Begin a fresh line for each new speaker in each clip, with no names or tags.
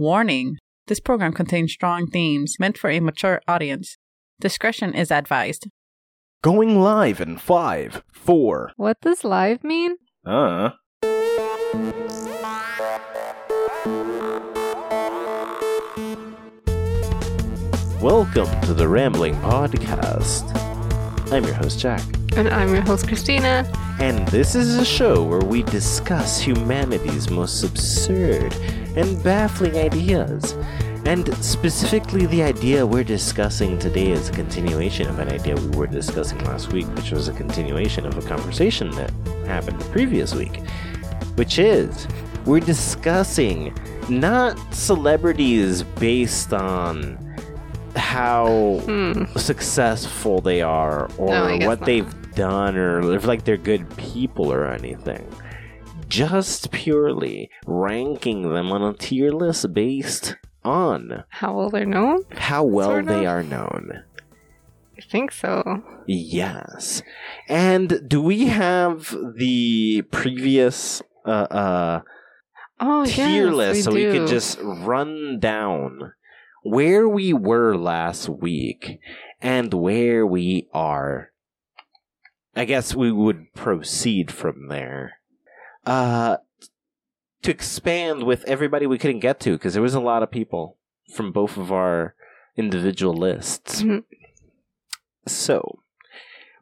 Warning This program contains strong themes meant for a mature audience. Discretion is advised.
Going live in five, four.
What does live mean?
Uh. Welcome to the Rambling Podcast. I'm your host, Jack.
And I'm your host, Christina.
And this is a show where we discuss humanity's most absurd and baffling ideas. And specifically, the idea we're discussing today is a continuation of an idea we were discussing last week, which was a continuation of a conversation that happened the previous week, which is we're discussing not celebrities based on how
Hmm.
successful they are or
No, I guess
what
not.
they've done or if like they're good people or anything. Just purely ranking them on a tier list based on
How well they're known?
how well
Sort
they
of.
are known.
I think so.
Yes. And do we have the previous uh, uh,
Oh,
tier
yes,
list
we
so we
do.
could just run down where we were last week and where we are. I guess we would proceed from there. Uh, to expand with everybody we couldn't get to because there was a lot of people from both of our individual lists.
Mhm.
So,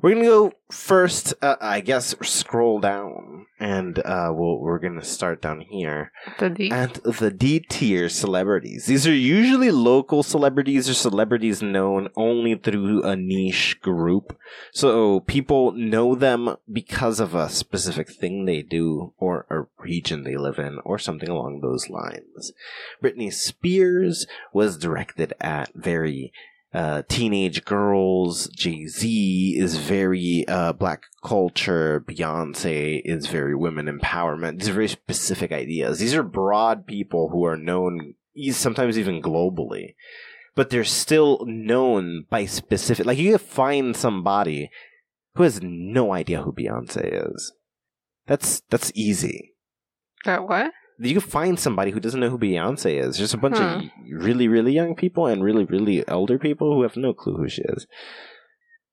we're gonna go first. Uh, I guess scroll down, and uh, we'll, we're gonna start down here
the D.
and the D tier celebrities. These are usually local celebrities or celebrities known only through a niche group. So people know them because of a specific thing they do or a region they live in or something along those lines. Britney Spears was directed at very uh, teenage girls. Jay Z is very uh, black culture. Beyonce is very women empowerment. These are very specific ideas. These are broad people who are known, e- sometimes even globally, but they're still known by specific. Like you could find somebody who has no idea who Beyonce is. That's that's easy.
That what?
You can find somebody who doesn't know who Beyonce is. Just a bunch of
Huh.
really, really young people and really, really elder people who have no clue who she is.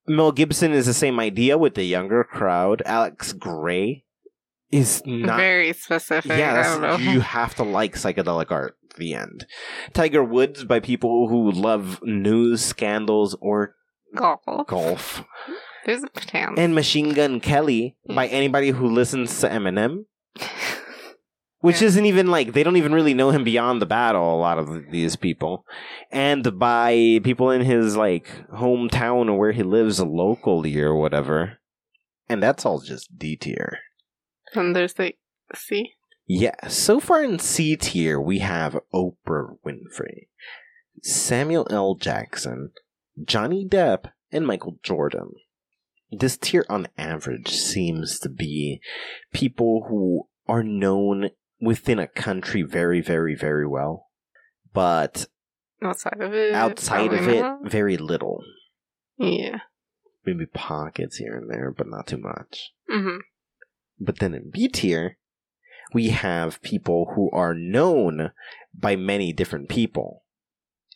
Mel Gibson is the same idea with the younger crowd. Alex Gray is not.
Very specific.
yeah,
I don't know.
that's- you have to like psychedelic art. The end. Tiger Woods by people who love news scandals or
Golf.
golf,
There's a chance.
and Machine Gun Kelly by
Hmm.
anybody who listens to Eminem. which
Yeah.
isn't even like they don't even really know him beyond the battle a lot of these people and by people in his like hometown or where he lives locally or whatever and that's all just d tier
and there's the C.
yeah so far in c tier we have oprah winfrey samuel l jackson johnny depp and michael jordan this tier on average seems to be people who are known within a country very, very, very well, but
Outside of it.
outside of
Mm, probably
it,
not.
very little.
Yeah.
Maybe pockets here and there, but not too much.
hmm
But then in B tier, we have people who are known by many different people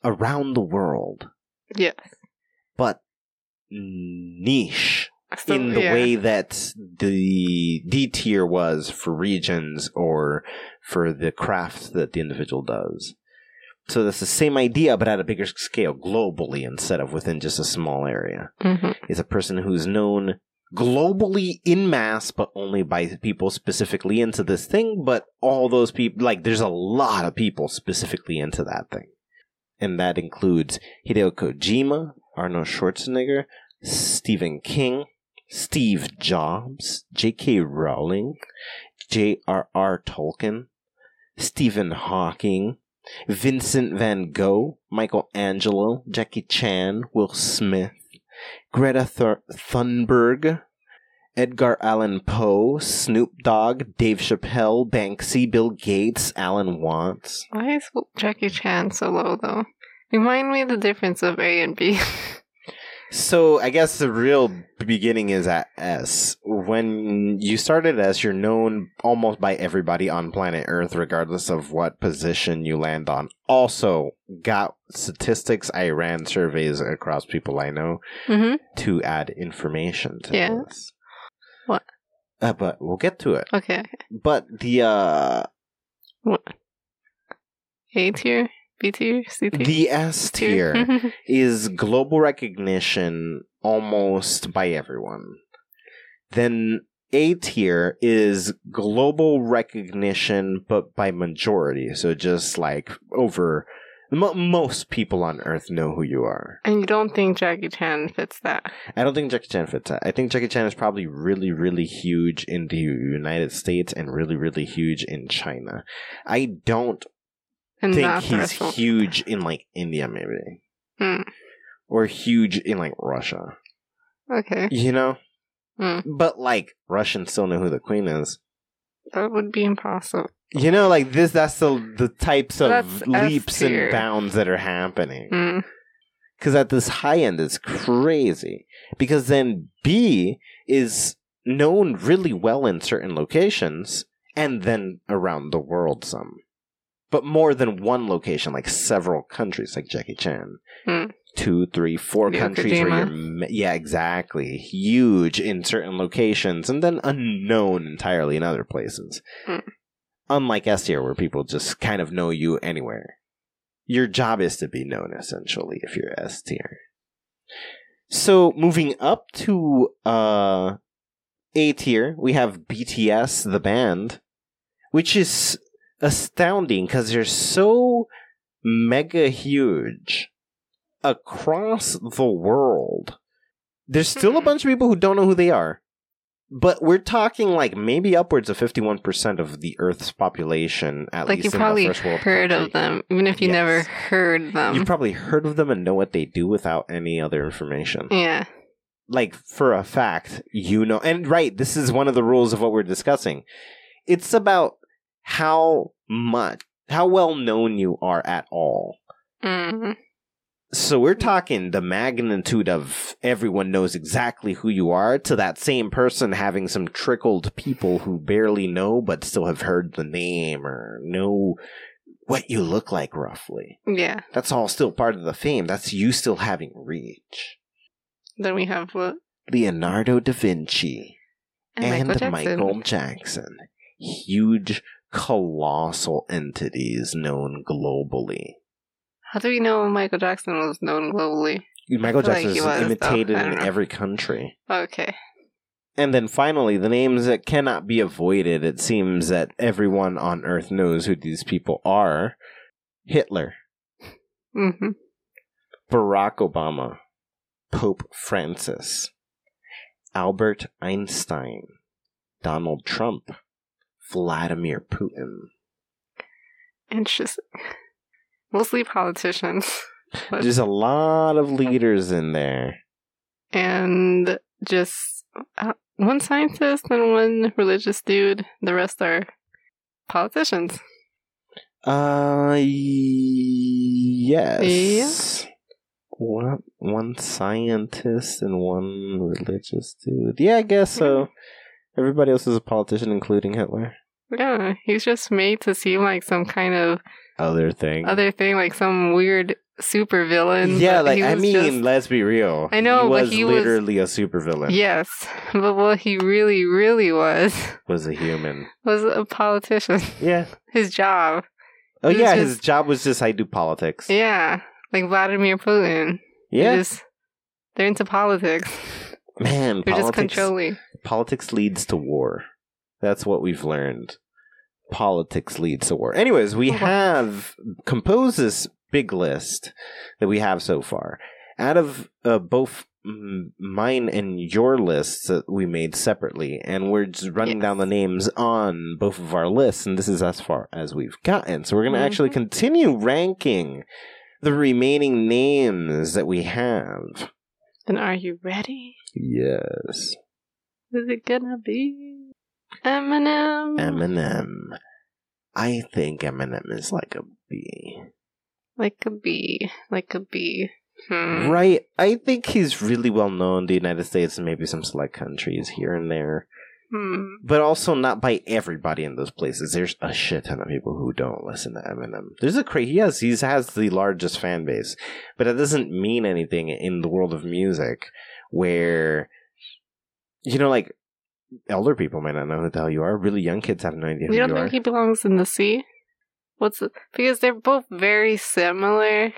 around the world,
Yeah.
but niche
So,
in the
yeah.
way that the D tier was for regions or for the craft that the individual does. So that's the same idea, but at a bigger scale globally instead of within just a small area.
Mhm.
Is a person who's known globally in mass, but only by people specifically into this thing. But all those people, like, there's a lot of people specifically into that thing. And that includes Hideo Kojima, Arnold Schwarzenegger, Stephen King, Steve Jobs, J.K. Rowling, J.R.R. Tolkien, Stephen Hawking, Vincent van Gogh, Michelangelo, Jackie Chan, Will Smith, Greta Thur- Thunberg, Edgar Allan Poe, Snoop Dogg, Dave Chappelle, Banksy, Bill Gates, Alan Watts.
Why is Jackie Chan so low, though? Remind me the difference of A and B.
So I guess the real beginning is at S. When you start at S, you're known almost by everybody on planet Earth, regardless of what position you land on. Also, got statistics I ran surveys across people I know
Mm-hmm.
to add information to
Yeah.
this.
What?
Uh, but we'll get to it.
Okay. okay.
But the uh
What? A tier, B tier, C tier. Mm-hmm.
the S tier. is global recognition almost by everyone. Then A tier is global recognition, but by majority. So just like over mo most people on Earth know who you are.
and you don't think Jackie Chan fits that?
I don't think Jackie Chan fits that. I think Jackie Chan is probably really, really huge in the United States and really, really huge in China. I don't
And
think
not the
he's
rest of-
huge in like India, maybe,
Hmm.
or huge in like Russia.
Okay.
You know.
Mm.
But like Russians still know who the queen is.
That would be impossible.
You know, like this that's the the types of
That's F
leaps and
tier.
bounds that are happening.
Mm.
Cause at this high end it's crazy. Because then B is known really well in certain locations and then around the world some. But more than one location, like several countries, like Jackie Chan.
Hmm.
Two, three, four
Neo
countries where
Kojima.
you're, ma- yeah, exactly, huge in certain locations and then unknown entirely in other places.
Hmm.
Unlike S tier, where people just kind of know you anywhere. Your job is to be known essentially if you're S tier. So moving up to uh A tier, we have BTS the band, which is astounding because they're so mega huge across the world. There's still a
Mhm.
bunch of people who don't know who they are. But we're talking like maybe upwards of 51% of the Earth's population, at
Like you
least
probably
in the first world.
heard
country.
of them, even if you never
Yes.
heard them.
You've probably heard of them and know what they do without any other information.
yeah.
Like, for a fact, you know. And right, this is one of the rules of what we're discussing. It's about how much, how well known you are at all.
Mm.
So we're talking the magnitude of everyone knows exactly who you are to that same person having some trickled people who barely know but still have heard the name or know what you look like roughly
Yeah.
that's all still part of the fame. That's you still having reach.
Then we have uh, what?
Leonardo da Vinci and,
Michael Jackson.
Michael Jackson. Huge, colossal entities known globally.
How do we know Michael Jackson was known globally?
Michael
I feel like
Jackson
he
is
was, though.
imitated
I
in
don't know.
every country.
Okay.
And then finally, the names that cannot be avoided. It seems that everyone on Earth knows who these people are Hitler,
hmm
Barack Obama, Pope Francis, Albert Einstein, Donald Trump, Vladimir Putin.
Interesting. Mostly politicians. But-
There's a lot of leaders in there.
and just uh, one scientist and one religious dude. The rest are politicians.
Uh, yes. What? One scientist and one religious dude. Yeah, I guess so.
Hmm.
Everybody else is a politician, including Hitler.
Yeah, he's just made to seem like some kind of
Other thing.
other thing, like some weird super villain.
yeah,
but
like
he
I
was
mean,
just-
let's be real.
I know,
he
but
was
he was-
literally a supervillain.
yes, but what he really, really was
was a human.
was a politician.
Yeah.
His job.
Oh
It was
yeah,
just-
his job was just I do politics.
Yeah, like Vladimir Putin. They
Yeah.
just- they're into politics.
man,
They're just
politics.
controlling.
Politics leads to war. That's what we've learned. Politics leads to war. Anyways, we
Oh, wow.
have composed this big list that we have so far. Out of uh, both mm, mine and your lists that we made separately, and we're just running
Yes.
down the names on both of our lists, and this is as far as we've gotten. So we're going to actually
Mhm.
continue ranking the remaining names that we have.
And are you ready?
Yes.
Is it gonna be Eminem?
Eminem. I think Eminem is like a B.
Like a bee, like a bee. Hmm.
Right. I think he's really well known in the United States and maybe some select countries here and there.
Hmm.
But also not by everybody in those places. There's a shit ton of people who don't listen to Eminem. There's a crazy yes, he has the largest fan base. But that doesn't mean anything in the world of music where you know, like elder people might not know who the hell you are. Really young kids have no idea who
You
you,
don't
are.
think he belongs in the sea? What's the, because they're both very similar,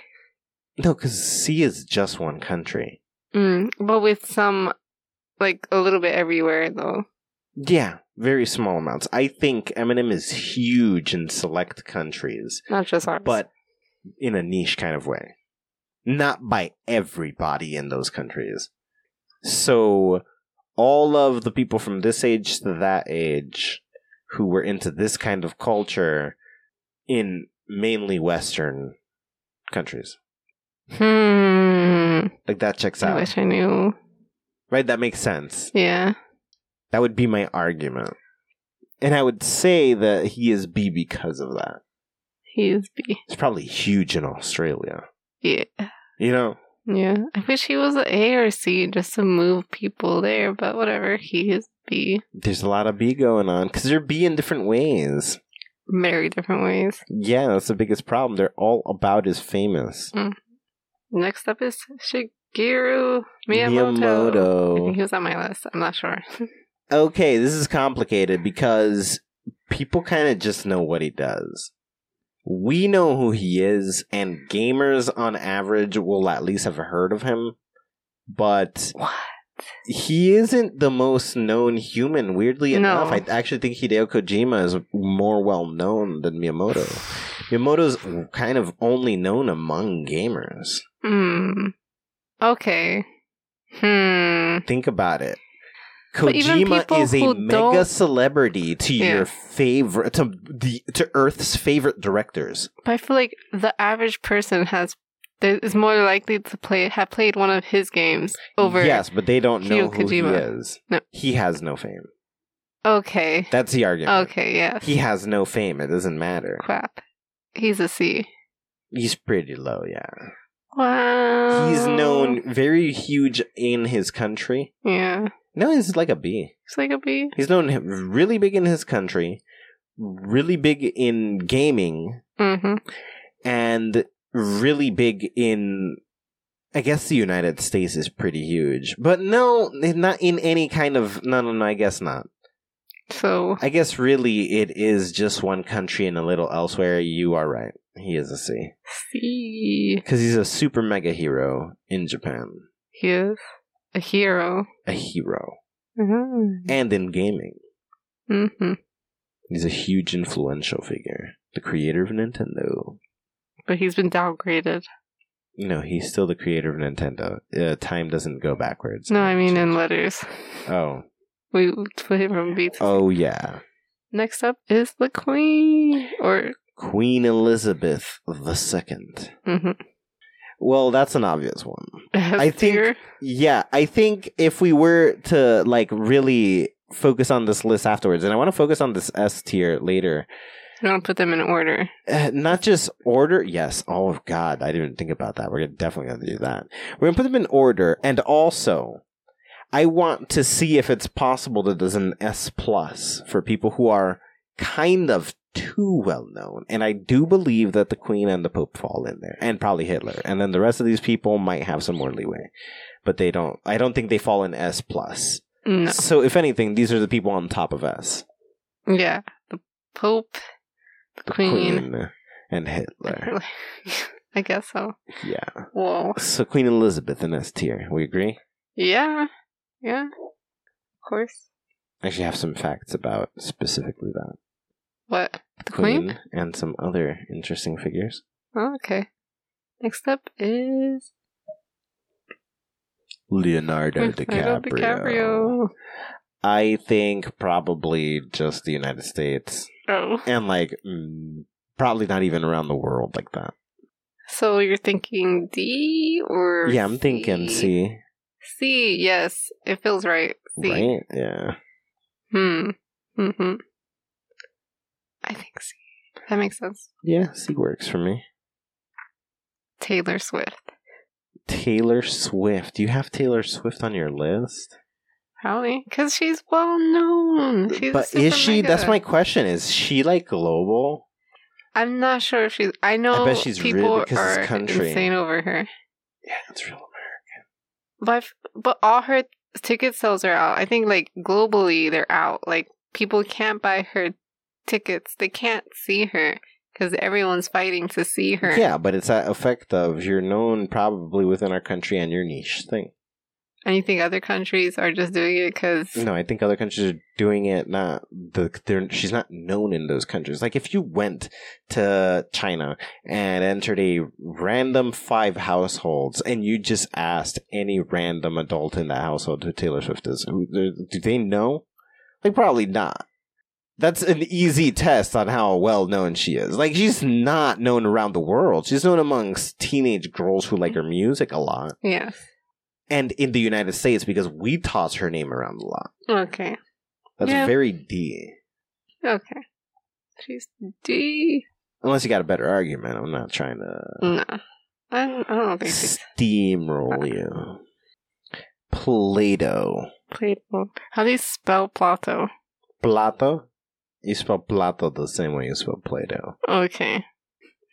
No, because C is just one country.
mm, but with some like a little bit everywhere though.
Yeah, very small amounts. I think Eminem is huge in select countries,
Not just ours.
but in a niche kind of way. Not by everybody in those countries. So, all of the people from this age to that age who were into this kind of culture in mainly Western countries.
hmm.
Like, that checks
I
out.
wish I knew.
Right? That makes sense.
Yeah.
That would be my argument. And I would say that he is B because of that.
He is B.
It's probably huge in Australia.
Yeah.
You know?
Yeah. I wish he was a A or C just to move people there, but whatever. He is B.
There's a lot of B going on because they're B in different ways.
Very different ways.
Yeah, that's the biggest problem. They're all about as famous.
Next up is Shigeru Miyamoto. I think he was on my list. I'm not sure.
Okay, this is complicated because people kind of just know what he does. We know who he is, and gamers on average will at least have heard of him. But
what?
he isn't the most known human. Weirdly
No.
enough, I actually think Hideo Kojima is more well known than Miyamoto. Miyamoto's kind of only known among gamers.
Hmm. Okay. Hmm.
Think about it.
But even
Kojima
people
is a
who
mega
don't-
celebrity to
Yeah.
your favorite to the to Earth's favorite directors.
But I feel like the average person has is more likely to play have played one of his games over.
yes, but they don't know
Hideo
who
Kojima.
he is.
No.
He has no fame.
Okay.
That's the argument.
Okay. Yes.
He has no fame. It doesn't matter.
Crap. He's a C.
He's pretty low, yeah.
Wow.
He's known very huge in his country.
Yeah.
No, he's like a B.
He's like a B.
He's known really big in his country, really big in gaming,
Mm-hmm.
and really big in. I guess the United States is pretty huge, but no, not in any kind of. No, no, no. I guess not.
So
I guess really it is just one country and a little elsewhere. You are right. He is a C
C.
because he's a super mega hero in Japan,
He is a hero.
a hero,
Mm-hmm.
and in gaming.
hmm
He's a huge influential figure, the creator of Nintendo.
But he's been downgraded.
No, he's still the creator of Nintendo. Uh, time doesn't go backwards.
No, I mean in letters.
Oh,
We put him from B to
oh yeah,
Next up is the Queen. Or
Queen Elizabeth the Second.
mhm.
Well, that's an obvious one.
As
I think-
dear-
Yeah, I think if we were to like really focus on this list afterwards, and I want to focus on this S tier later.
you want to put them in order.
Uh, not just order. Yes. Oh God, I didn't think about that. We're definitely gonna do that. We're gonna put them in order, and also, I want to see if it's possible that there's an S plus for people who are kind of too well known. And I do believe that the Queen and the Pope fall in there, and probably Hitler, and then the rest of these people might have some more leeway, but they don't. I don't think they fall in S plus.
No.
So if anything, these are the people on top of S.
Yeah. The Pope, the, Queen.
and Hitler.
I guess so.
Yeah.
Whoa.
So Queen Elizabeth in S tier. We agree.
Yeah. Yeah. Of course.
I actually have some facts about specifically that
What? The Queen?
and some other interesting figures.
Oh, okay. Next up is
Leonardo
Leonardo DiCaprio.
I think probably just the United States
Oh.
and like mm, probably not even around the world like that.
So you're thinking D or
Yeah, I'm thinking C,
C, yes. It feels right. C.
right? Yeah.
Hmm. Mm-hmm. I think so. That makes sense.
Yeah, C works for me.
Taylor Swift.
Taylor Swift. Do you have Taylor Swift on your list?
Probably because she's well known. She's
but
super
is she? That's
mega.
my question. Is she like global?
I'm not sure if she's. I know
bet she's really-
people
because it's
are
country.
insane over her,
Yeah, it's real.
but I've- but all her ticket sales are out. I think like globally they're out. Like people can't buy her tickets. They can't see her because everyone's fighting to see her.
Yeah, but it's that effect of you're known probably within our country and your niche thing.
And you think other countries are just doing it because
No, I think other countries are doing it. Not the they're, she's not known in those countries. Like if you went to China and entered a random five households and you just asked any random adult in that household who Taylor Swift is, who, uh, do they know? Like probably not. That's an easy test on how well known she is. Like she's not known around the world. She's known amongst teenage girls who like her music a lot,
yeah.
and in the United States because we toss her name around a lot.
Okay.
That's
Yeah.
very D.
Okay. She's D.
Unless you got a better argument, I'm not trying to
No. I don't, I don't think she's
steamroll you. Plato.
Plato. How do you spell Plato?
Plato? You spell Plato the same way you spell Plato.
Okay.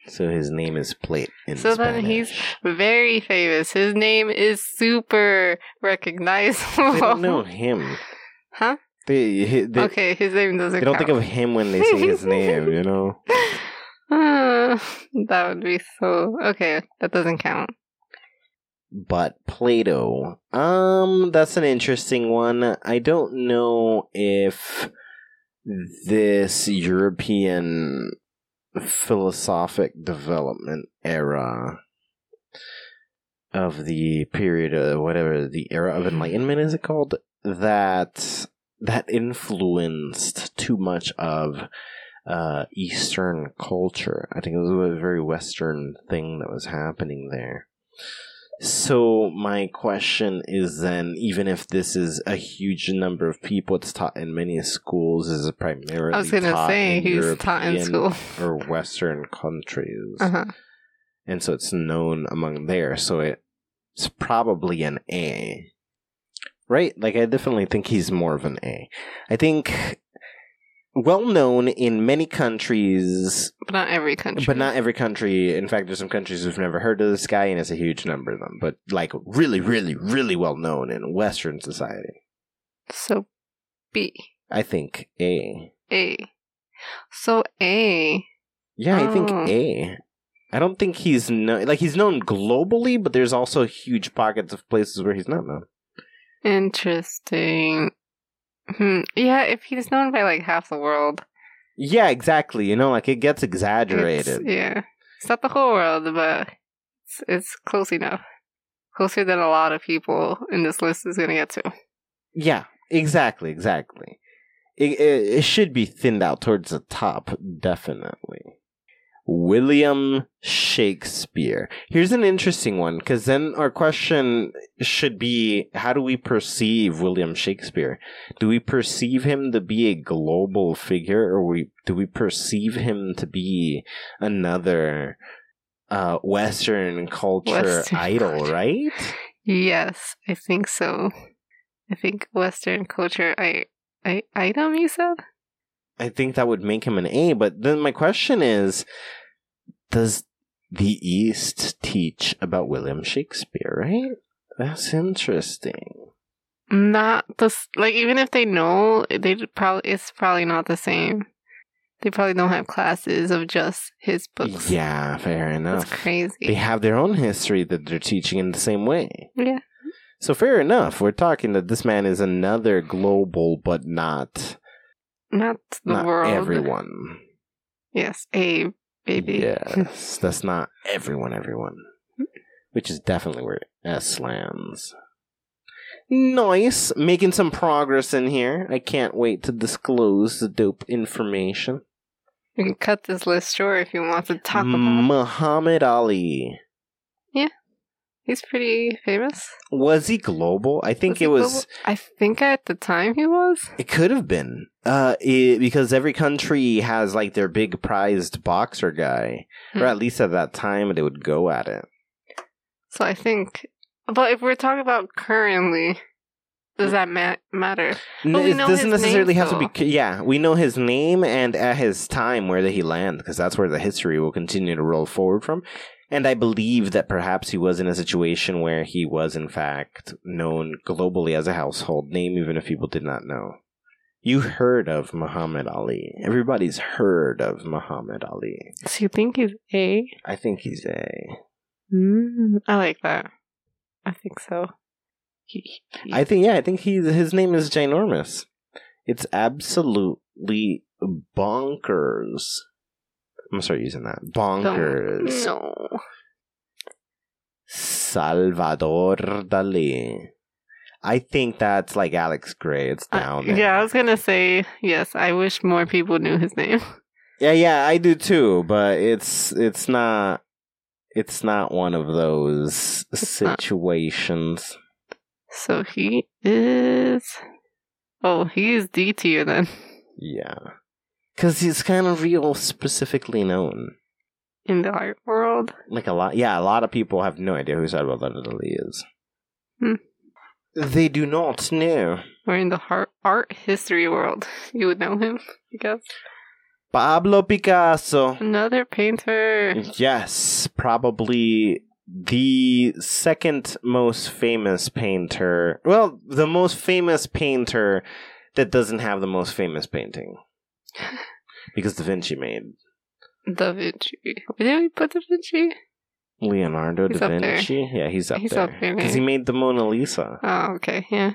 So his name is Plate in
So
Spanish.
then he's- Very famous. His name is super recognizable.
They don't know him.
Huh?
They, he- they,
okay, his name doesn't
they don't think of
count.
him when they say his name, you know?
Uh, that would be so. Okay, that doesn't count.
but Plato. Um, that's an interesting one. I don't know if this European philosophic development era of the period of whatever the era of enlightenment is it called that that influenced too much of uh, Eastern culture. I think it was a very Western thing that was happening there. So my question is then, even if this is a huge number of people, it's taught in many schools. Is it primarily?
I was gonna
taught
say
in
he's taught in
European
school.
or Western countries,
Uh huh.
and so it's known among there. So it's probably an A, right? Like I definitely think he's more of an A. I think well known in many countries
But not every country.
but not every country. In fact, there's some countries who've never heard of this guy, and it's a huge number of them. But like really, really, really well known in Western society.
So B.
I think A.
A. So A.
Yeah, I think
Oh.
A. I don't think he's known. Like he's known globally, but there's also huge pockets of places where he's not known.
Interesting. Hmm. Yeah, if he's known by like half the world,
Yeah, exactly. You know, like it gets
it's,
exaggerated.
yeah, it's not the whole world, but it's, it's close enough. Closer than a lot of people in this list is gonna get to.
Yeah, exactly, exactly. It, it, it should be thinned out towards the top, definitely. William Shakespeare. Here's an interesting one, because then our question should be how do we perceive William Shakespeare? Do we perceive him to be a global figure, or we, do we perceive him to be another uh, Western culture
Western
idol,
culture.
right?
Yes, I think so. I think Western culture. I, I item you said.
I think that would make him an A. But then my question is, does the East teach about William Shakespeare? Right? That's interesting.
Not the s- like. Even if they know, they probably it's probably not the same. They probably don't have classes of just his books.
Yeah, fair
that's
enough.
crazy.
They have their own history that they're teaching in the same way.
Yeah.
So fair enough. We're talking that this man is another global, but not
Not the
not
world.
everyone.
Yes, a baby.
Yes, that's not everyone, everyone. Which is definitely where S lands. Nice. Making some progress in here. I can't wait to disclose the dope information.
You can cut this list short if you want to talk
Mm.
about.
Muhammad Ali.
He's pretty famous.
Was he global? I think
he
it was.
global? I think at the time he was.
It could have been. Uh, it, because every country has like their big prized boxer guy. Or
Hmm.
at least at that time they would go at it.
So I think But if we're talking about currently, does that ma- matter? But Oh, we
it
know
doesn't
his name
necessarily have to
still.
be. Yeah, we know his name and at his time where did he land because that's where the history will continue to roll forward from. And I believe that perhaps he was in a situation where he was in fact known globally as a household name, even if people did not know. You heard of Muhammad Ali. Everybody's heard of Muhammad Ali.
So you think he's A?
I think he's a.
Mm, I like that. I think so. He, he-
I think yeah, I think he's his name is ginormous. It's absolutely bonkers. I'm gonna start using that. Bonkers.
No.
Salvador Dali. I think that's like Alex Gray. It's
I-
down there.
Uh, yeah, I was gonna say yes. I wish more people knew his name.
Yeah, yeah, I do too, but it's it's not it's not one of those
not.
situations.
So he is. Oh, he is D tier then.
Yeah. Cause he's kind of real specifically known.
in the art world.
like a lot yeah a lot of people have no idea who salvador dali is
Hmm.
they do not know
Or in the har- art history world, you would know him, I guess.
pablo picasso
Another painter.
yes probably the second most famous painter well the most famous painter that doesn't have the most famous painting because da vinci made
Da Vinci. Did we put Da Vinci?
leonardo
He's
da
up there.
vinci yeah he's up
He's up
there
there,
because he made the mona lisa
Oh, okay, yeah.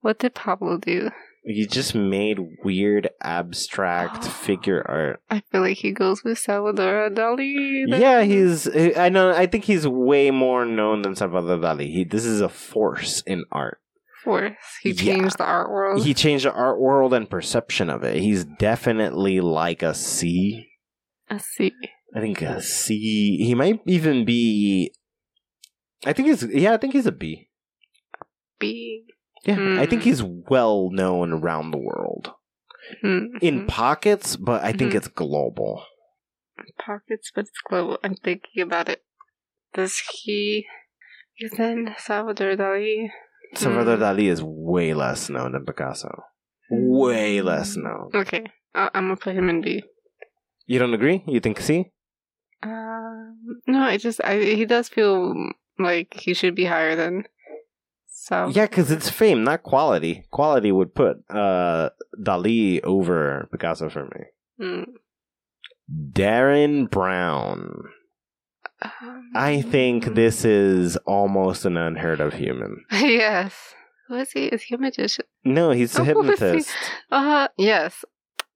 What did Pablo do?
He just made weird abstract figure art.
I feel like he goes with Salvador Dali. then.
Yeah, he's. I know. I think he's way more known than Salvador Dali. He, this is a force in art.
Force. He
Yeah.
changed the art world.
He changed the art world and perception of it. He's definitely like a C.
I see.
I think a C. He might even be. I think he's. Yeah, I think he's a B.
B.
Yeah, I think
Mm.
he's well known around the world
Mm,
in
mm.
pockets, but I think
Mhm.
it's global.
pockets, but it's global. I'm thinking about it. Does he. Is then Salvador Dali?
Salvador
Mm.
Dali is way less known than Picasso. Way less known.
Okay, I- I'm gonna put him in B.
You don't agree? You think C?
Um, no, I just I he does feel like he should be higher than so.
Yeah, because it's fame, not quality. Quality would put uh, Dali over Picasso for me.
Mm.
Darren Brown.
Um,
I think this is almost an unheard of human.
yes. Who is he? Is he a magician?
No, he's a
Oh, let's see.
hypnotist.
Uh yes.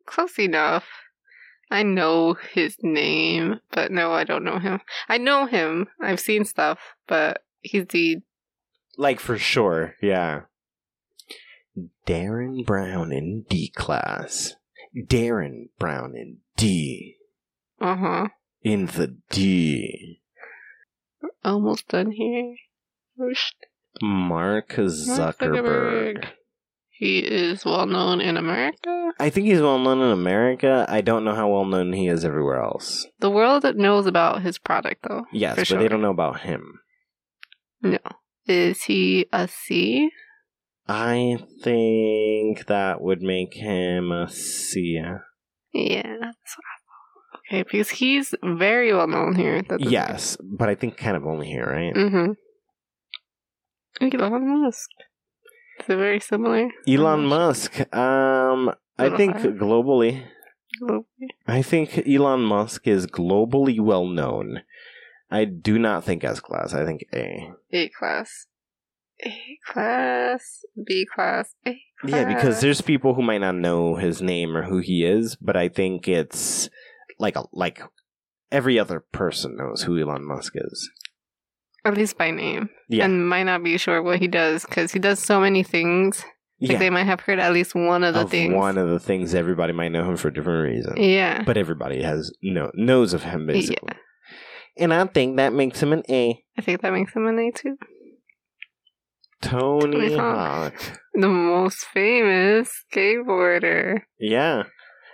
Close enough. I know his name, but no, I don't know him. I know him. I've seen stuff, but he's the
Like for sure, yeah. Darren Brown in D class. Darren Brown in D.
uh huh.
in the D.
Almost done here. Whoosh.
Mark Zuckerberg.
Zuckerberg. He is well known in America.
I think he's well known in America. I don't know how well known he is everywhere else.
The world knows about his product though.
Yes,
For
but
sure.
they don't know about him.
Is he a C?
I think that would make him a C.
Yeah. that's what I thought. Okay, because he's very well known here. That doesn't-
Yes, but I think kind of only here, right?
Mhm. Mm-hmm. Look at Elon Musk. Is it very similar?
Elon
Mhm.
Musk. Um, I
Little
think
higher.
globally,
Little bit.
I think Elon Musk is globally well known. I do not think S class. I think A.
A class. A class. B class. A class.
Yeah, because there's people who might not know his name or who he is, but I think it's like a, like every other person knows who Elon Musk is.
At least by name.
Yeah.
And might not be sure what he does because he does so many things. Like
yeah,
they might have heard at least one of the
of
things.
one of the things everybody might know him for different reasons,
yeah.
but everybody has no knows of him
Yeah.
basically. And I think that makes him an A.
I think that makes him an A too.
Tony
Tony
Hawk.
Hawk. The most famous skateboarder.
Yeah,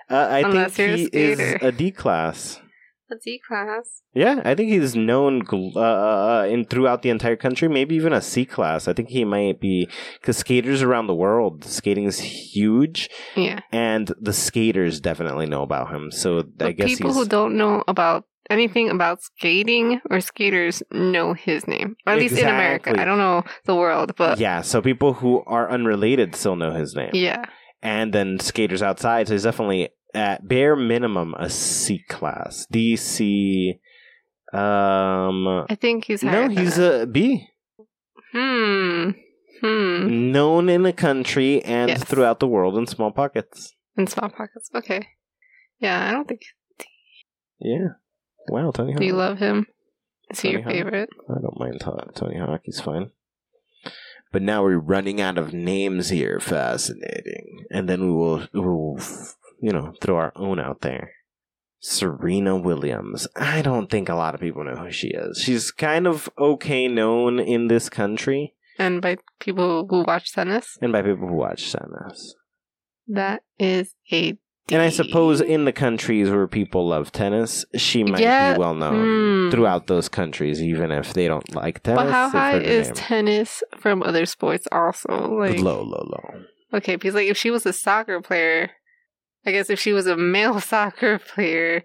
uh, I
Unless you're a
think he is
skater.
a D class.
a D class.
Yeah, I think he's known gl- uh, uh, uh, in throughout the entire country, maybe even a C class. I think he might be because skaters around the world, skating is huge,
Yeah.
and the skaters definitely know about him. So I
But
guess
people
he's,
who don't know about anything about skating or skaters know his name. Or at least in America.
Exactly.
I don't know the world, but yeah.
yeah. So people who are unrelated still know his name, and then skaters outside. So he's definitely at bare minimum a C class, D C. Um,
I think he's
no,
higher than
he's
that.
a B.
hmm. Hmm.
known in the country and
Yes.
throughout the world in small pockets.
In small pockets. Okay. Yeah, I don't think
Yeah. Wow, Tony Hawk.
do you love him. Is he your
Tony Hawk.
favorite?
I don't mind Ta- Tony Hawk. He's fine. But now we're running out of names here. Fascinating. And then we will, we'll, you know, throw our own out there. Serena Williams. I don't think a lot of people know who she is. She's kind of okay known in this country
And by people who watch tennis,
and by people who watch tennis.
that is a D.
And I suppose in the countries where people love tennis, she might
Yeah,
be well known.
hmm.
throughout those countries, even if they don't like tennis.
But how
they've
high
heard her
is
name.
tennis from other sports? Also, like
low, low, low?
okay, because like if she was a soccer player, I guess if she was a male soccer player,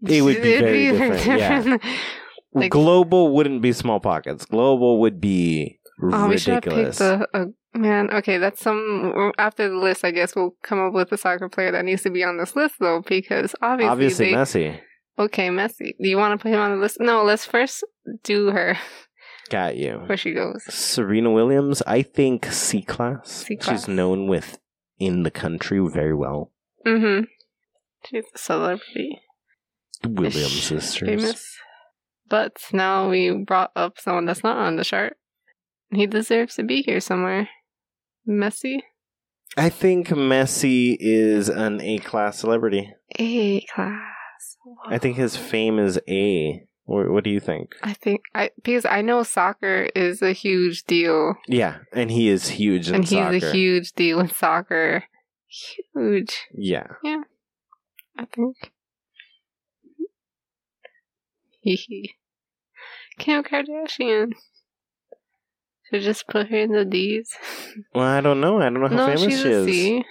It would be
it'd
very different. Yeah.
Yeah. Like-
Global wouldn't be small pockets. Global would be
Oh, we should have picked
ridiculous.
the uh, man. Okay, that's some after the list. I guess we'll come up with a soccer player that needs to be on this list though, because obviously,
Obviously,
they,
Messi.
okay, Messi. Do you want to put him on the list? No, let's first do her
Got you.
where she goes.
Serena Williams, I think C class.
C-class.
She's known with in the country very well.
Mm-hmm. She's a celebrity.
The Williams
Ish.
sisters.
famous. But now we brought up someone that's not on the chart. He deserves to be here somewhere. Messi,
I think Messi is an A class celebrity.
A class.
I think
Oh.
his fame is A. What, what do you think?
I think I because I know soccer is a huge deal,
Yeah, and he is huge in
and he's
soccer.
a huge deal in soccer. Huge,
yeah.
I think. Hee hee. Kim Kardashian. Should just put her in the D's.
Well, I don't know. I don't know how
no,
famous
she's
she
a
is.
C.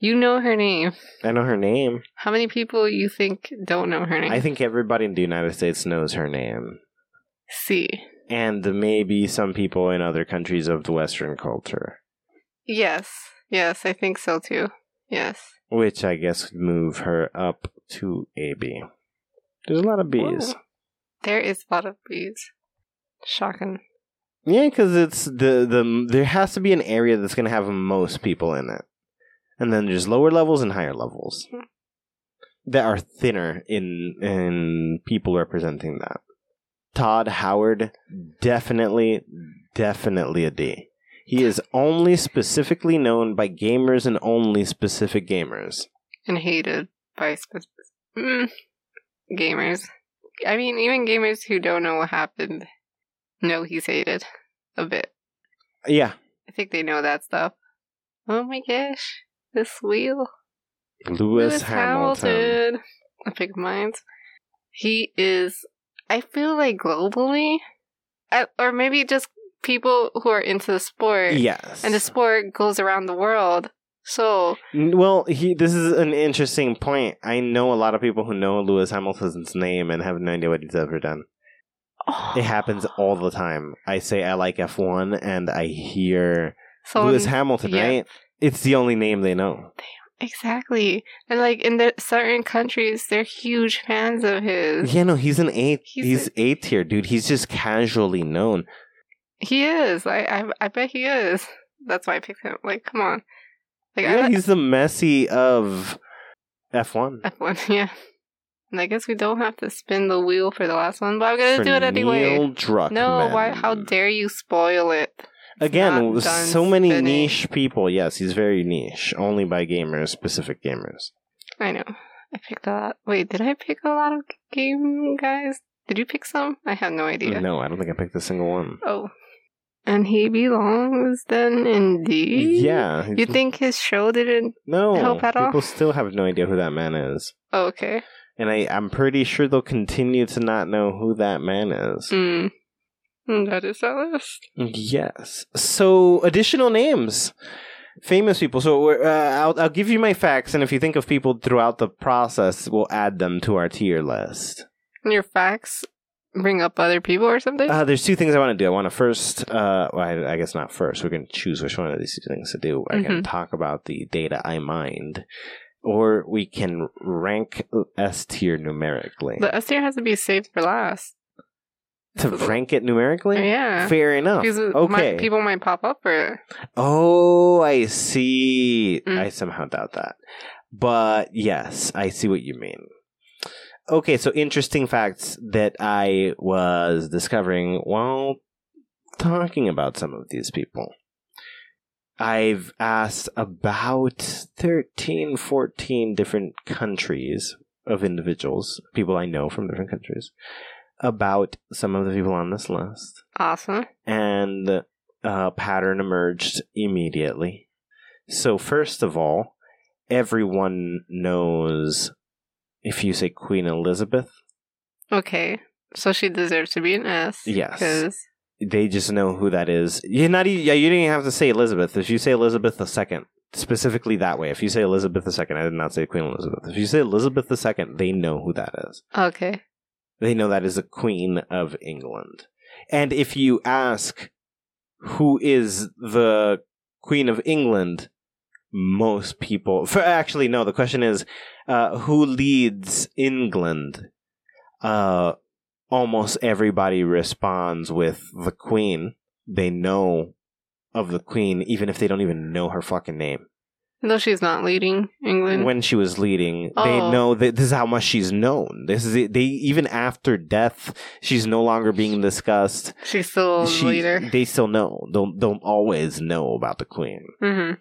You know her name.
I know her name.
How many people you think don't know her name?
I think everybody in the United States knows her name.
C.
And maybe some people in other countries of the Western culture,
Yes. Yes, I think so too. Yes.
which I guess would move her up to A B. There's a lot of B's.
Whoa. There is a lot of bees. Shocking.
Yeah, because it's the the there has to be an area that's gonna have most people in it, and then there's lower levels and higher levels
Mhm.
that are thinner in in people representing that. Todd Howard definitely definitely a D. He is only specifically known by gamers and only specific gamers.
And hated by sp- mm, gamers. I mean, even gamers who don't know what happened know he's hated a bit.
Yeah,
I think they know that stuff. Oh my gosh. This wheel.
Lewis,
Lewis
Hamilton.
I pick mine. He is. I feel like globally, I, or maybe just people who are into the sport,
Yes,
and the sport goes around the world. So
N- Well, he. This is an interesting point. I know a lot of people who know Lewis Hamilton's name and have no idea what he's ever done. It happens all the time. I say I like F one, and I hear
someone-
Lewis Hamilton.
yeah.
Right? It's the only name they know.
exactly, and like in the certain countries, they're huge fans of his.
Yeah, no, he's an A.
He's
He's A tier, dude. He's just casually known.
He is. I, I I bet he is. That's why I picked him. Like, come on. Like, I
Yeah,
like
he's the Messi of F one.
F1, yeah. And I guess we don't have to spin the wheel for the last one, but I'm gonna
For
do it anyway.
Neil Druckmann.
No, why? How dare you spoil it? not
Again,
done
so many
spinning.
niche people. Yes, he's very niche, only by gamers, specific gamers.
I know. I picked a lot. Wait, did I pick a lot of game guys? Did you pick some? I have no idea.
No, I don't think I picked a single one.
Oh, and he belongs then in D.
Yeah,
You think his show didn't?
no?
help at all?
people still have no idea who that man is.
Oh, okay.
And I, I'm pretty sure they'll continue to not know who that man is.
Mm. Mm, That is our list.
Yes. So additional names, famous people. So we're, uh, I'll I'll give you my facts, and if you think of people throughout the process, we'll add them to our tier list.
And your facts bring up other people or something?
Uh, there's two things I want to do. I want to first, uh, well, I, I guess not first. We're going to choose which one of these two things to do. I
Mm-hmm.
can talk about the data I mined, or we can rank S tier numerically.
the S tier has to be saved for last.
to rank it numerically.
Yeah.
Fair enough.
Because it
Okay.
might, people might pop up or
Oh, I see.
Mm.
I somehow doubt that. But yes, I see what you mean. Okay, so interesting facts that I was discovering while talking about some of these people. I've asked about 13, 14 different countries of individuals, people I know from different countries, about some of the people on this list
awesome.
and a pattern emerged immediately. So, first of all, everyone knows if you say Queen Elizabeth,
Okay. So she deserves to be an S.
Yes.
Because
they just know who that is. You're not, e- yeah, you didn't even have to say Elizabeth. If you say Elizabeth II, specifically that way, if you say Elizabeth II, I did not say Queen Elizabeth. If you say Elizabeth II, they know who that is.
okay.
They know that is the Queen of England. And if you ask who is the Queen of England, most people. For, actually, no, the question is uh, who leads England? Uh, almost everybody responds with the Queen. They know of the Queen, even if they don't even know her fucking name.
No, she's not leading England.
When she was leading, they
Oh.
know that this is how much she's known. This is it. they even after death, she's no longer being discussed.
she's still
She-
Oh, the leader.
They still know. Don't don't always know about the queen.
hmm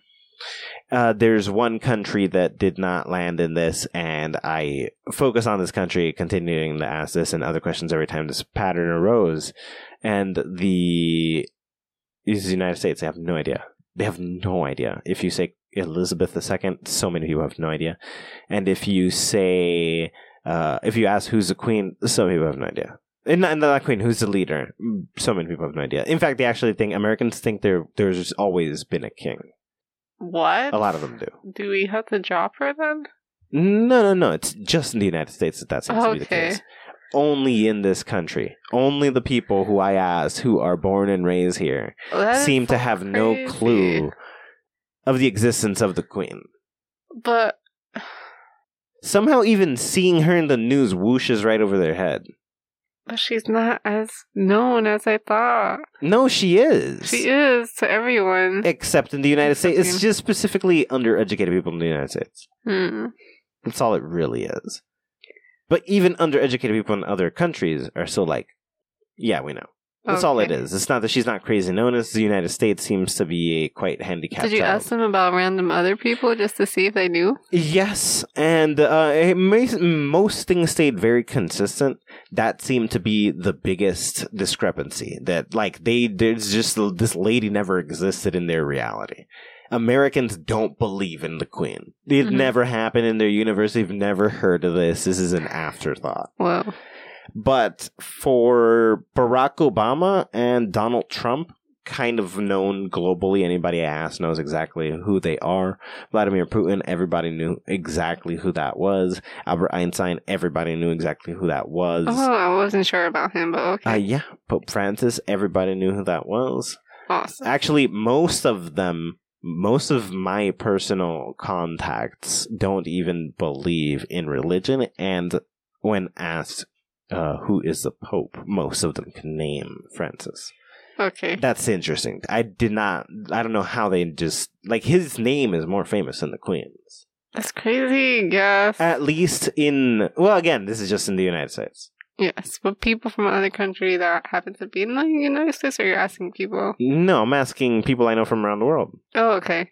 Uh, there's one country that did not land in this, and I focus on this country, continuing to ask this and other questions every time this pattern arose. And the is the United States. They have no idea. They have no idea. If you say Elizabeth II, so many people have no idea. And if you say, uh, if you ask who's the queen, so many people have no idea. And not, not queen, who's the leader? Mm, So many people have no idea. In fact, they actually think Americans think there there's always been a king.
What?
A lot of them do.
Do we have to drop her then?
No, no, no. It's just in the United States that that seems to be the
Okay.
case. Only in this country. Only the people who I asked who are born and raised here
That is
seem to
so
have no
crazy.
clue of the existence of the queen.
But
Somehow, even seeing her in the news whooshes right over their head.
but she's not as known as I thought.
No, she is.
She is to everyone.
Except in the United States. It's
Except-
just specifically undereducated people in the United States.
Hmm.
That's all it really is. But even undereducated people in other countries are still like, yeah, we know. That's all it
Okay.
is. It's not that she's not crazy known as the United States seems to be a quite handicapped.
Did you
child.
ask them about random other people just to see if they knew?
Yes, and uh, it may, most things stayed very consistent. That seemed to be the biggest discrepancy. That like they there's just this lady never existed in their reality. Americans don't believe in the Queen. It
Mhm.
never happened in their universe. They've never heard of this. This is an afterthought.
Well,
But for Barack Obama and Donald Trump, kind of known globally, anybody I ask knows exactly who they are. Vladimir Putin, everybody knew exactly who that was. Albert Einstein, everybody knew exactly who that was.
oh, I wasn't sure about him, but okay,
Uh, yeah, Pope Francis, everybody knew who that was.
awesome.
Actually, most of them, most of my personal contacts don't even believe in religion. And when asked uh, who is the Pope, most of them can name Francis.
Okay,
That's interesting. I did not, I don't know how they just, like, his name is more famous than the Queen's.
that's crazy. Yes,
At least in, well, again, this is just in the United States.
yes, but people from another country that happen to be in the United States, or you're asking people?
No, I'm asking people I know from around the world.
Oh, okay.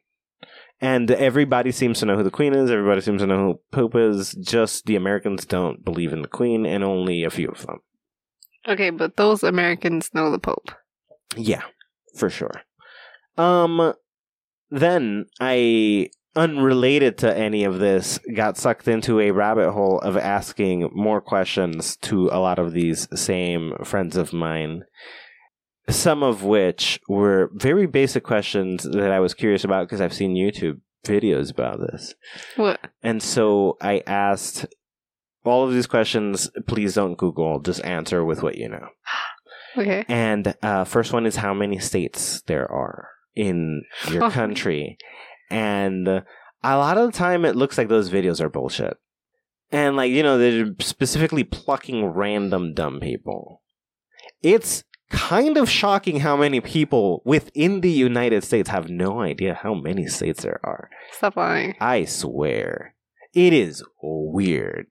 And everybody seems to know who the queen is. Everybody seems to know who Pope is. Just the Americans don't believe in the queen, and only a few of them.
Okay, but those Americans know the Pope.
Yeah, for sure. Um, then I unrelated to any of this, got sucked into a rabbit hole of asking more questions to a lot of these same friends of mine. Some of which were very basic questions that I was curious about because I've seen YouTube videos about this.
What?
And so I asked all of these questions, please don't Google, just answer with what you know.
Okay.
And uh, first one is how many states there are in your
Oh.
country. And a lot of the time, it looks like those videos are bullshit. And, like, you know, they're specifically plucking random dumb people. It's kind of shocking how many people within the United States have no idea how many states there are.
Stop lying.
I swear. It is weird.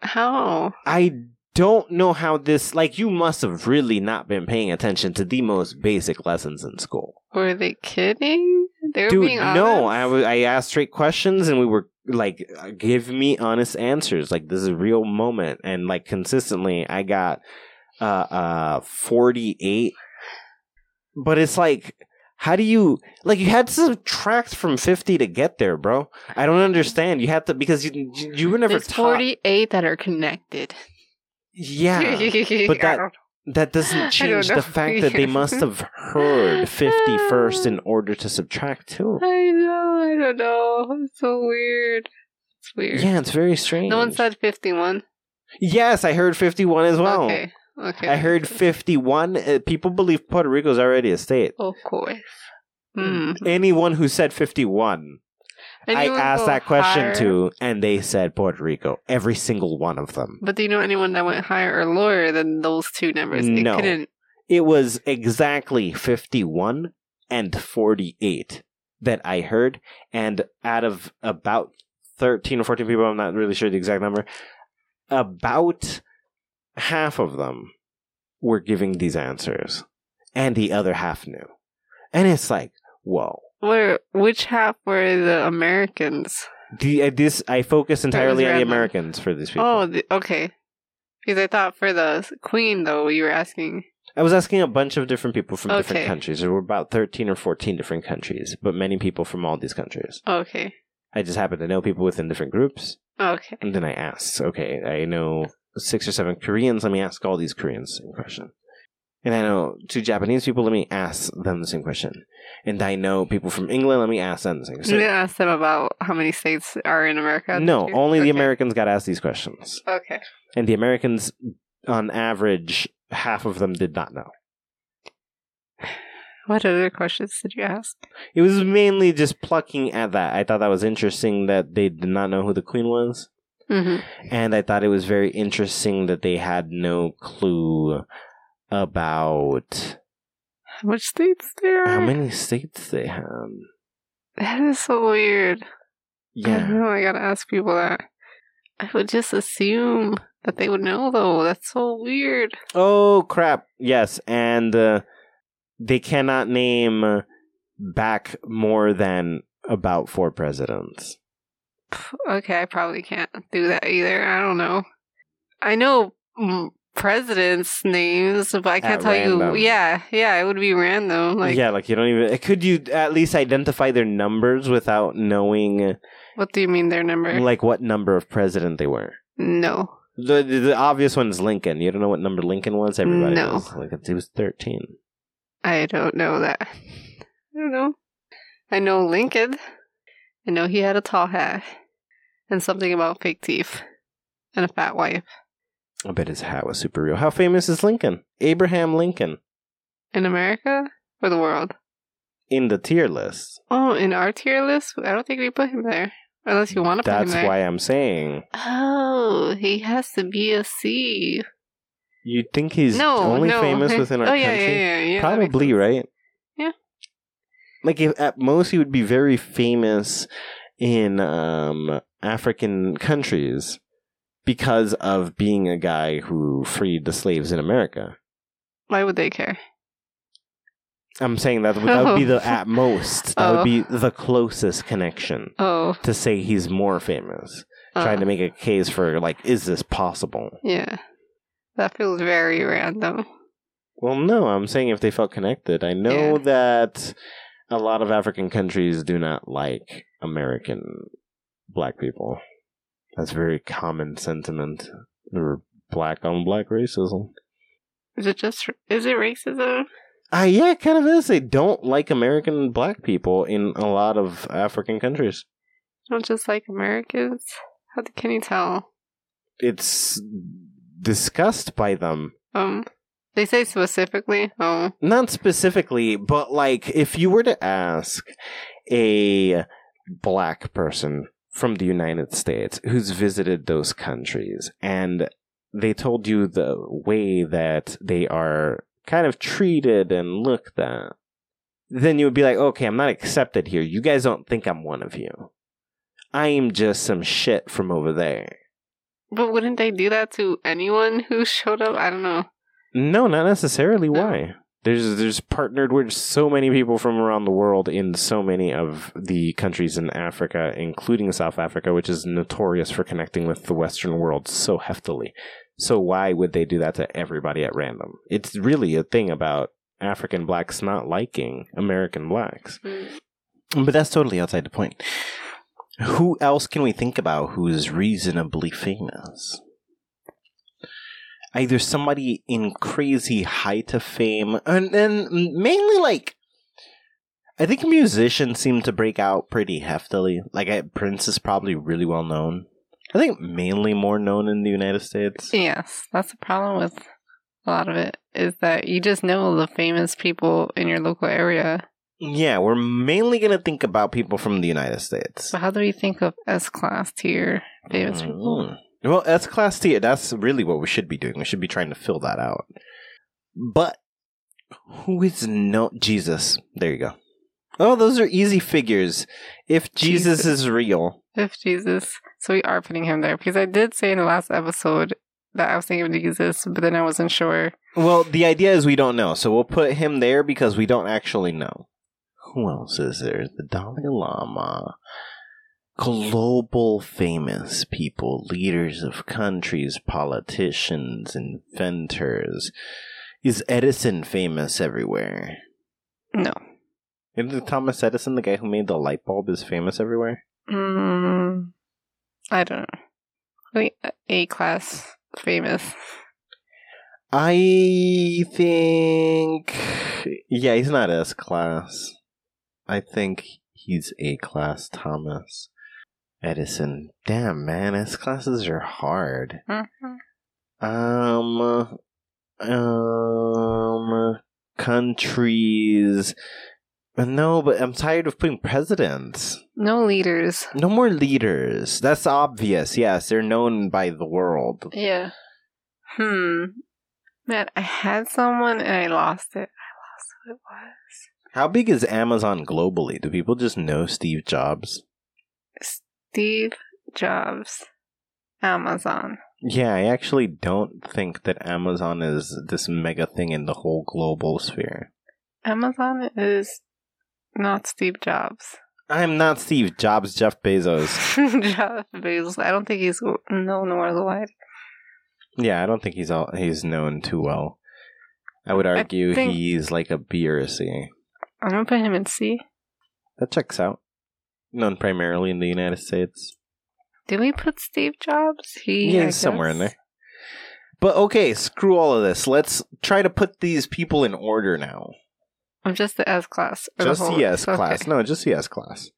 How?
I don't know how this like you must have really not been paying attention to the most basic lessons in school.
Were they kidding? They were
Dude,
being honest.
no, I wa- I asked straight questions and we were like uh, give me honest answers. Like this is a real moment and like consistently I got uh uh 48 but it's like how do you like you had to subtract from 50 to get there, bro? I don't understand. You had to because you you you were never
There's
taught
48 that are connected.
Yeah. but that- That
I
doesn't change the
don't know.
fact that they must have heard 50 first in order to subtract 2.
I know, I don't know. It's so weird. It's weird.
Yeah, it's very strange.
No one said 51.
Yes, I heard 51 as well.
Okay. Okay.
I heard 51. Uh, people believe Puerto Rico is already a state.
Of course.
Mm.
Hmm.
Anyone who said 51,
Anyone
I asked
go
that question
higher-
to, and they said Puerto Rico. Every single one of them.
But do you know anyone that went higher or lower than those two numbers? It
No.
couldn't.
It was exactly 51 and 48 that I heard. And out of about 13 or 14 people, I'm not really sure the exact number, about half of them were giving these answers. And the other half knew. And it's like, whoa.
Where? Which half were the Americans?
The, uh, this I focus entirely on the
random.
Americans for these people.
Oh, the, okay. Because I thought for the Queen, though, you were asking.
I was asking a bunch of different people from different
Okay.
countries. There were about 13 or 14 different countries, but many people from all these countries.
Okay.
I just happen to know people within different groups.
Okay.
And then I asked, okay, I know six or seven Koreans. Let me ask all these Koreans the same question. And I know two Japanese people. Let me ask them the same question. And I know people from England. Let me ask them the same
you
question.
didn't ask them about how many states are in America. did
no,
you?
only the
Okay.
Americans got asked these questions.
Okay.
And the Americans, on average, half of them did not know.
What other questions did you ask?
It was mainly just plucking at that. I thought that was interesting that they did not know who the queen was.
hmm
and I thought it was very interesting that they had no clue about
How much states there are?
how many states they have.
That is so weird. I don't
Yeah,
know. I gotta ask people that. I would just assume that they would know, though. That's so weird.
Oh crap! Yes, and uh, they cannot name back more than about four presidents.
Pff, Okay, I probably can't do that either. I don't know. I know mm, presidents' names, but I can't
At
tell
random.
you. Yeah, yeah, it would be random. Like,
yeah, like you don't even. Could you at least identify their numbers without knowing,
what do you mean their number?
like, what number of president they were?
no.
The, the the obvious one is Lincoln. You don't know what number Lincoln was. Everybody
No.
knows Lincoln. He was thirteen.
I don't know that. I don't know. I know Lincoln. I know he had a tall hat and something about fake teeth and a fat wife.
I bet his hat was super real. How famous is Lincoln? Abraham Lincoln
In America or the world?
in the tier list.
Oh, in our tier list? I don't think we put him there. Unless you want to put him
That's
there.
why I'm saying
Oh, he has to be a C.
you think he's
no,
only
no.
famous within our
oh,
country.
yeah, yeah, yeah, yeah. that makes
Probably
sense.
right.
Yeah.
Like if at most he would be very famous in um, African countries because of being a guy who freed the slaves in America.
Why would they care?
I'm saying that that would be
Oh.
the at most. That would
Oh.
be the closest connection
Oh,
to say he's more famous.
uh,
trying to make a case for like, is this possible?
Yeah, that feels very random.
Well, no, I'm saying if they felt connected. I know
Yeah.
that a lot of African countries do not like American black people. That's a very common sentiment. Or black on black racism.
Is it just is it racism?
Ah, yeah, it kind of is. They don't like American black people in a lot of African countries.
Not just like Americans. How th- can you tell?
It's discussed by them.
Um, they say specifically. Oh,
Not specifically, but like if you were to ask a black person from the United States who's visited those countries and they told you the way that they are kind of treated and looked at, then you would be like, okay, I'm not accepted here. You guys don't think I'm one of you. I am just some shit from over there.
but wouldn't they do that to anyone who showed up? I don't know.
No, not necessarily.
No.
Why? There's there's partnered with so many people from around the world in so many of the countries in Africa, including South Africa, which is notorious for connecting with the Western world so heftily. So why would they do that to everybody at random? It's really a thing about African blacks not liking American blacks. But that's totally outside the point. Who else can we think about who is reasonably famous? Either somebody in crazy height of fame, and then mainly like, I think musicians seem to break out pretty heftily. Like I, Prince is probably really well known. I think mainly more known in the United States.
Yes, that's the problem with a lot of it is that you just know the famous people in your local area.
Yeah, we're mainly gonna think about people from the United States.
So how do we think of S class tier famous people?
Mm. Well, that's class T. That's really what we should be doing. We should be trying to fill that out. But who is no Jesus? There you go. Oh, those are easy figures. If Jesus, is real,
If Jesus, so we are putting him there because I did say in the last episode that I was thinking of Jesus, but then I wasn't sure.
well, the idea is we don't know, so we'll put him there because we don't actually know. Who else is there? The Dalai Lama. Global famous people, leaders of countries, politicians, inventors. Is Edison famous everywhere?
No.
Isn't Thomas Edison the guy who made the light bulb is famous everywhere?
Mm, I don't know. Like A class uh, famous.
I think. Yeah, he's not S class. I think he's A class Thomas Edison. Damn, man, S classes are hard.
Mm-hmm.
Um, um, countries. No, but I'm tired of putting presidents.
No leaders.
No more leaders. That's obvious. Yes, they're known by the world.
Yeah. Hmm. Man, I had someone and I lost it. I lost who it was.
How big is Amazon globally? Do people just know Steve Jobs?
Steve Jobs. Amazon.
Yeah, I actually don't think that Amazon is this mega thing in the whole global sphere.
Amazon is not Steve Jobs.
I'm not Steve Jobs, Jeff Bezos.
Jeff Bezos. I don't think he's known worldwide.
Yeah, I don't think he's all he's known too well. I would argue
think-
he's like a B or a C.
I'm gonna put him in C.
That checks out. Known primarily in the United States.
Did we put Steve Jobs? He
Yeah,
I
somewhere in
guess.
there. But okay, screw all of this. Let's try to put these people in order now.
I'm just the S class. or the
Just
whole-
the S
okay.
class. No, just the S class.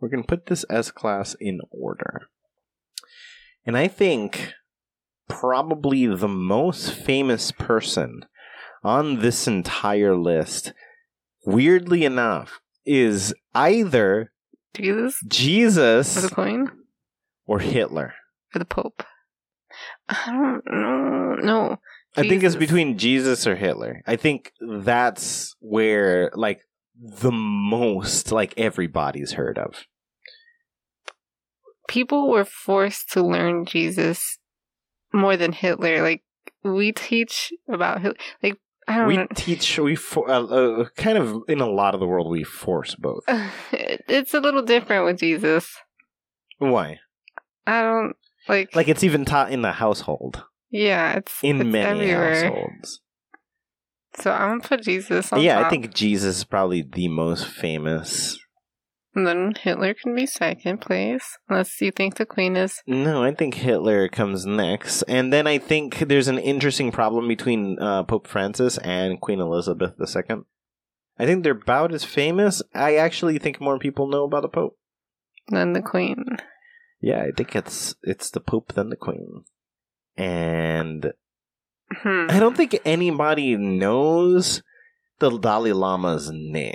We're going to put this S class in order. And I think probably the most famous person on this entire list, weirdly enough, is either
Jesus for
Jesus
the coin
or Hitler.
for the Pope. I don't know. No,
I think it's
Jesus.
between Jesus or Hitler. I think that's where like the most like everybody's heard of.
people were forced to learn Jesus more than Hitler. Like we teach about Hitler. Like I don't
We
know.
teach we for, uh, uh, kind of in a lot of the world we force both.
It- it's a little different with Jesus.
Why?
I don't like
Like it's even taught in the household
yeah. It's
in
it's
many
everywhere.
households.
So I'm gonna put Jesus. On
yeah, I
top.
think Jesus is probably the most famous
And then Hitler can be second place, unless you think the queen is.
No, I think Hitler comes next. And then I think there's an interesting problem between uh, Pope Francis and Queen Elizabeth II. I think they're about as famous. I actually think more people know about the Pope.
Then the queen.
Yeah, I think it's it's the Pope than the Queen. And
Hmm.
I don't think anybody knows the Dalai Lama's name.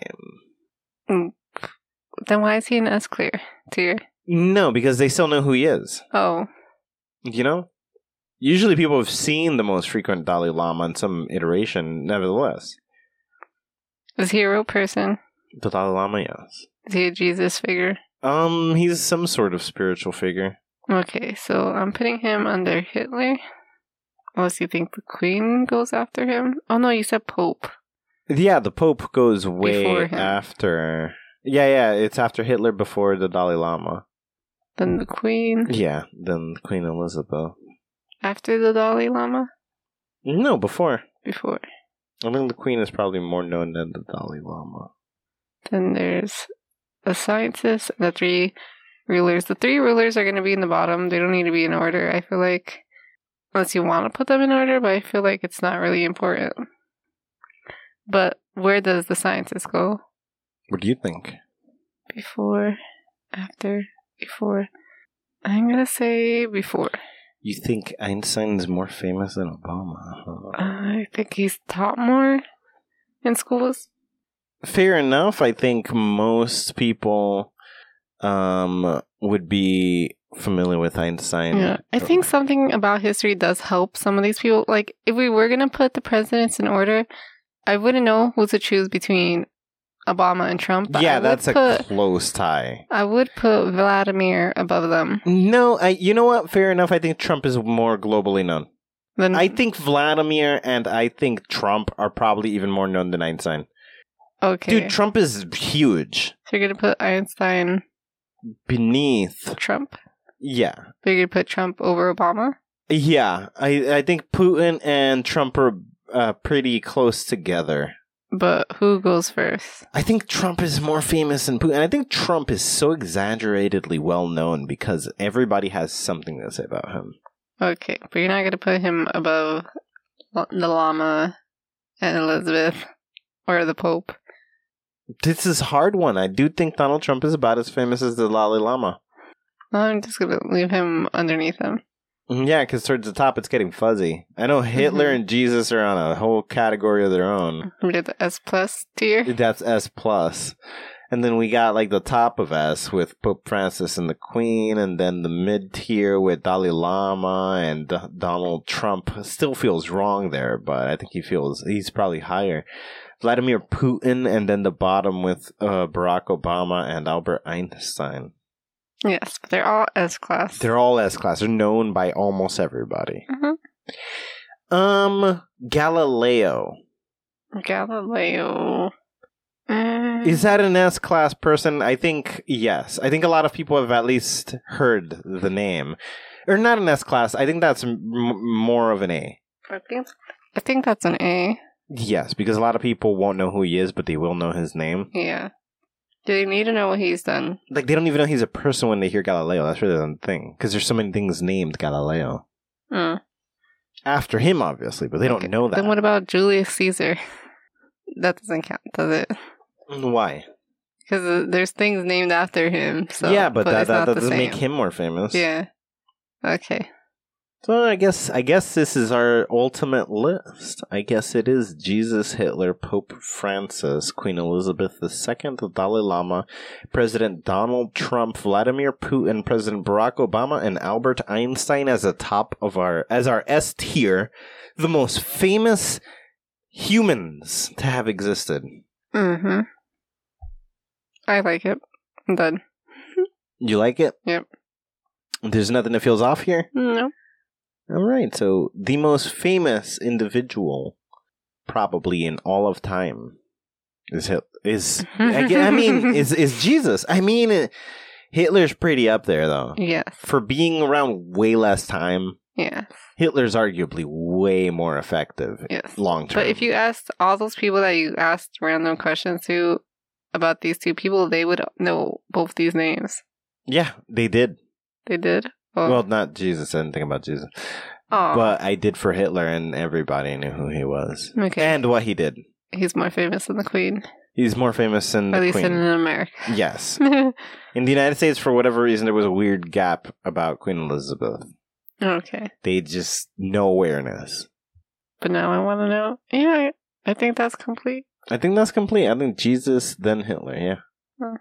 Then why is he an S clear tier?
No, because they still know who he is.
Oh,
You know? Usually people have seen the most frequent Dalai Lama in some iteration, nevertheless.
is he a real person?
The Dalai Lama, yes.
Is he a Jesus figure?
Um, he's some sort of spiritual figure.
Okay, so I'm putting him under Hitler. Unless you think the queen goes after him. Oh no, you said pope.
Yeah, the Pope goes way
Before him.
after. Yeah, yeah, it's after Hitler before the Dalai Lama.
Then the queen.
Yeah, then Queen Elizabeth.
After the Dalai Lama?
No, before.
Before.
I think the Queen is probably more known than the Dalai Lama.
Then there's the scientists and the three rulers. The three rulers are going to be in the bottom. They don't need to be in order, I feel like. Unless you want to put them in order, but I feel like it's not really important. But where does the scientists go?
What do you think?
Before, after, before. I'm going to say before.
You think Einstein is more famous than Obama? huh?
I think he's taught more in schools.
Fair enough. I think most people um, would be familiar with Einstein.
Yeah, I think something about history does help some of these people. Like, if we were gonna put the presidents in order, I wouldn't know who to choose between Obama and Trump. but I
yeah,
would
that's a
put,
close tie.
I would put Vladimir above them.
No, I, you know what? Fair enough. I think Trump is more globally known.
Mm-hmm. Then
I think Vladimir and I think Trump are probably even more known than Einstein.
okay,
Dude, Trump is huge.
so you're gonna put Einstein
Beneath.
Trump.
Yeah.
But you're gonna put Trump over Obama.
Yeah. I, I think Putin and Trump are uh, pretty close together.
But who goes first?
I think Trump is more famous than Putin. I think Trump is so exaggeratedly well known because everybody has something to say about him.
Okay, but you're not gonna put him above L- the Llama and Elizabeth or the Pope.
This is a hard one. I do think Donald Trump is about as famous as the Dalai Lama.
I'm just gonna leave him underneath them.
Mm, Yeah, because towards the top it's getting fuzzy. I know Hitler and Jesus are on a whole category of their own.
We did the S plus tier.
That's S plus. And then we got like the top of S with Pope Francis and the Queen, and then the mid tier with Dalai Lama and D- Donald Trump. Still feels wrong there, but I think he feels he's probably higher. Vladimir Putin, and then the bottom with uh, Barack Obama and Albert Einstein.
Yes, but they're all S class.
They're all S class. They're known by almost everybody.
Mhm.
Um, Galileo.
Galileo. Uh,
Is that an S class person? I think yes. I think a lot of people have at least heard the name. Or not an S class. I think that's m- m- more of an A.
I think, I think that's an A.
Yes, because a lot of people won't know who he is, but they will know his name.
Yeah. Do they need to know what he's done?
Like, they don't even know he's a person when they hear Galileo. That's really the thing. Because there's so many things named Galileo.
Mm.
After him, obviously, but they
Okay,
don't know that.
Then what about Julius Caesar? That doesn't count, does it?
Why?
Because there's things named after him. So,
yeah, but, that,
it's
that,
not
that
the
doesn't make
same.
him more famous.
Yeah. Okay.
So I guess I guess this is our ultimate list. I guess it is Jesus, Hitler, Pope Francis, Queen Elizabeth II, the Dalai Lama, President Donald Trump, Vladimir Putin, President Barack Obama, and Albert Einstein as the top of our as our S tier, the most famous humans to have existed.
Mm hmm. I like it. I'm done.
You like it?
Yep.
There's nothing that feels off here.
No.
All right, so the most famous individual, probably in all of time, is Hit- is I, gue- I mean is is Jesus. I mean, uh, Hitler's pretty up there though
Yes.
for being around way less time.
Yeah.
Hitler's arguably way more effective
Yes.
long term.
But if you asked all those people that you asked random questions to, about these two people, they would know both these names.
Yeah, they did.
They did. Oh.
Well, not Jesus. I didn't think about Jesus.
Aw.
But I did for Hitler, and everybody knew who he was
okay,
and what he did.
he's more famous than the Queen,
He's more famous than the
at least
Queen.
in America.
yes. In the United States, for whatever reason, there was a weird gap about Queen Elizabeth.
okay,
They just, no awareness.
but now I want to know. Yeah, I I think that's complete.
I think that's complete. I think Jesus, then Hitler. Yeah.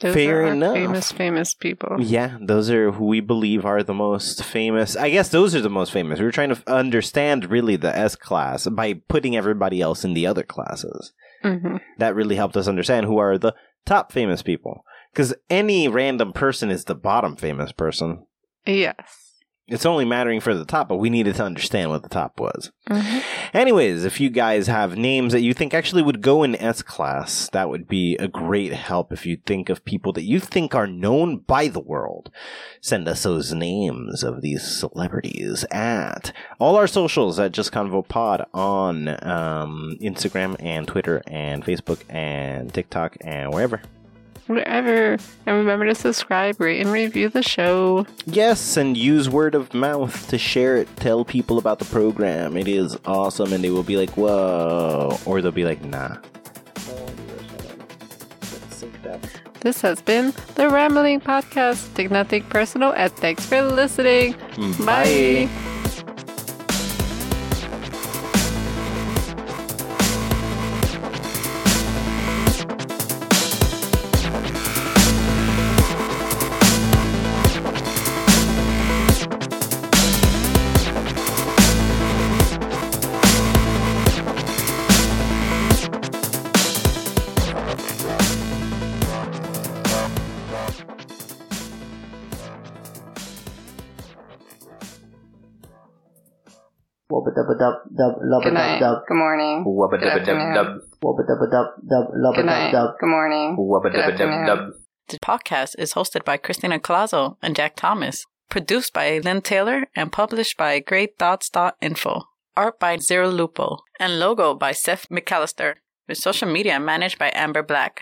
Those
Fair
are our
enough.
Famous, famous people.
Yeah, those are who we believe are the most famous. I guess those are the most famous. We were trying to f- understand really the S class by putting everybody else in the other classes.
hmm
That really helped us understand who are the top famous people. Because any random person is the bottom famous person.
Yes.
It's only mattering for the top, but we needed to understand what the top was.
Mhm.
Mm-hmm. Anyways, if you guys have names that you think actually would go in S class, that would be a great help if you think of people that you think are known by the world. Send us those names of these celebrities at all our socials at Just Convo Pod on um, Instagram and Twitter and Facebook and TikTok and wherever.
Whatever. And remember to subscribe, rate, and review the show.
Yes, and use word of mouth to share it. Tell people about the program. It is awesome, and they will be like, whoa. Or they'll be like, nah.
This has been the Rambling Podcast. Take nothing personal, and thanks for listening. Bye.
Wubba dubba dub dub lubba
Good night.
dub dub
Good morning.
Wubba dubba dub dub.
wubba dubba dub dub lubba
Good
dub
night.
dub.
Good morning.
Wubba
Good
dubba dub
afternoon.
dub.
The podcast is hosted by Christina Colazo and Jack Thomas, produced by Lynn Taylor, and published by GreatThoughts.info. Art by Zero Lupo, and logo by Seth McAllister, with social media managed by Amber Black.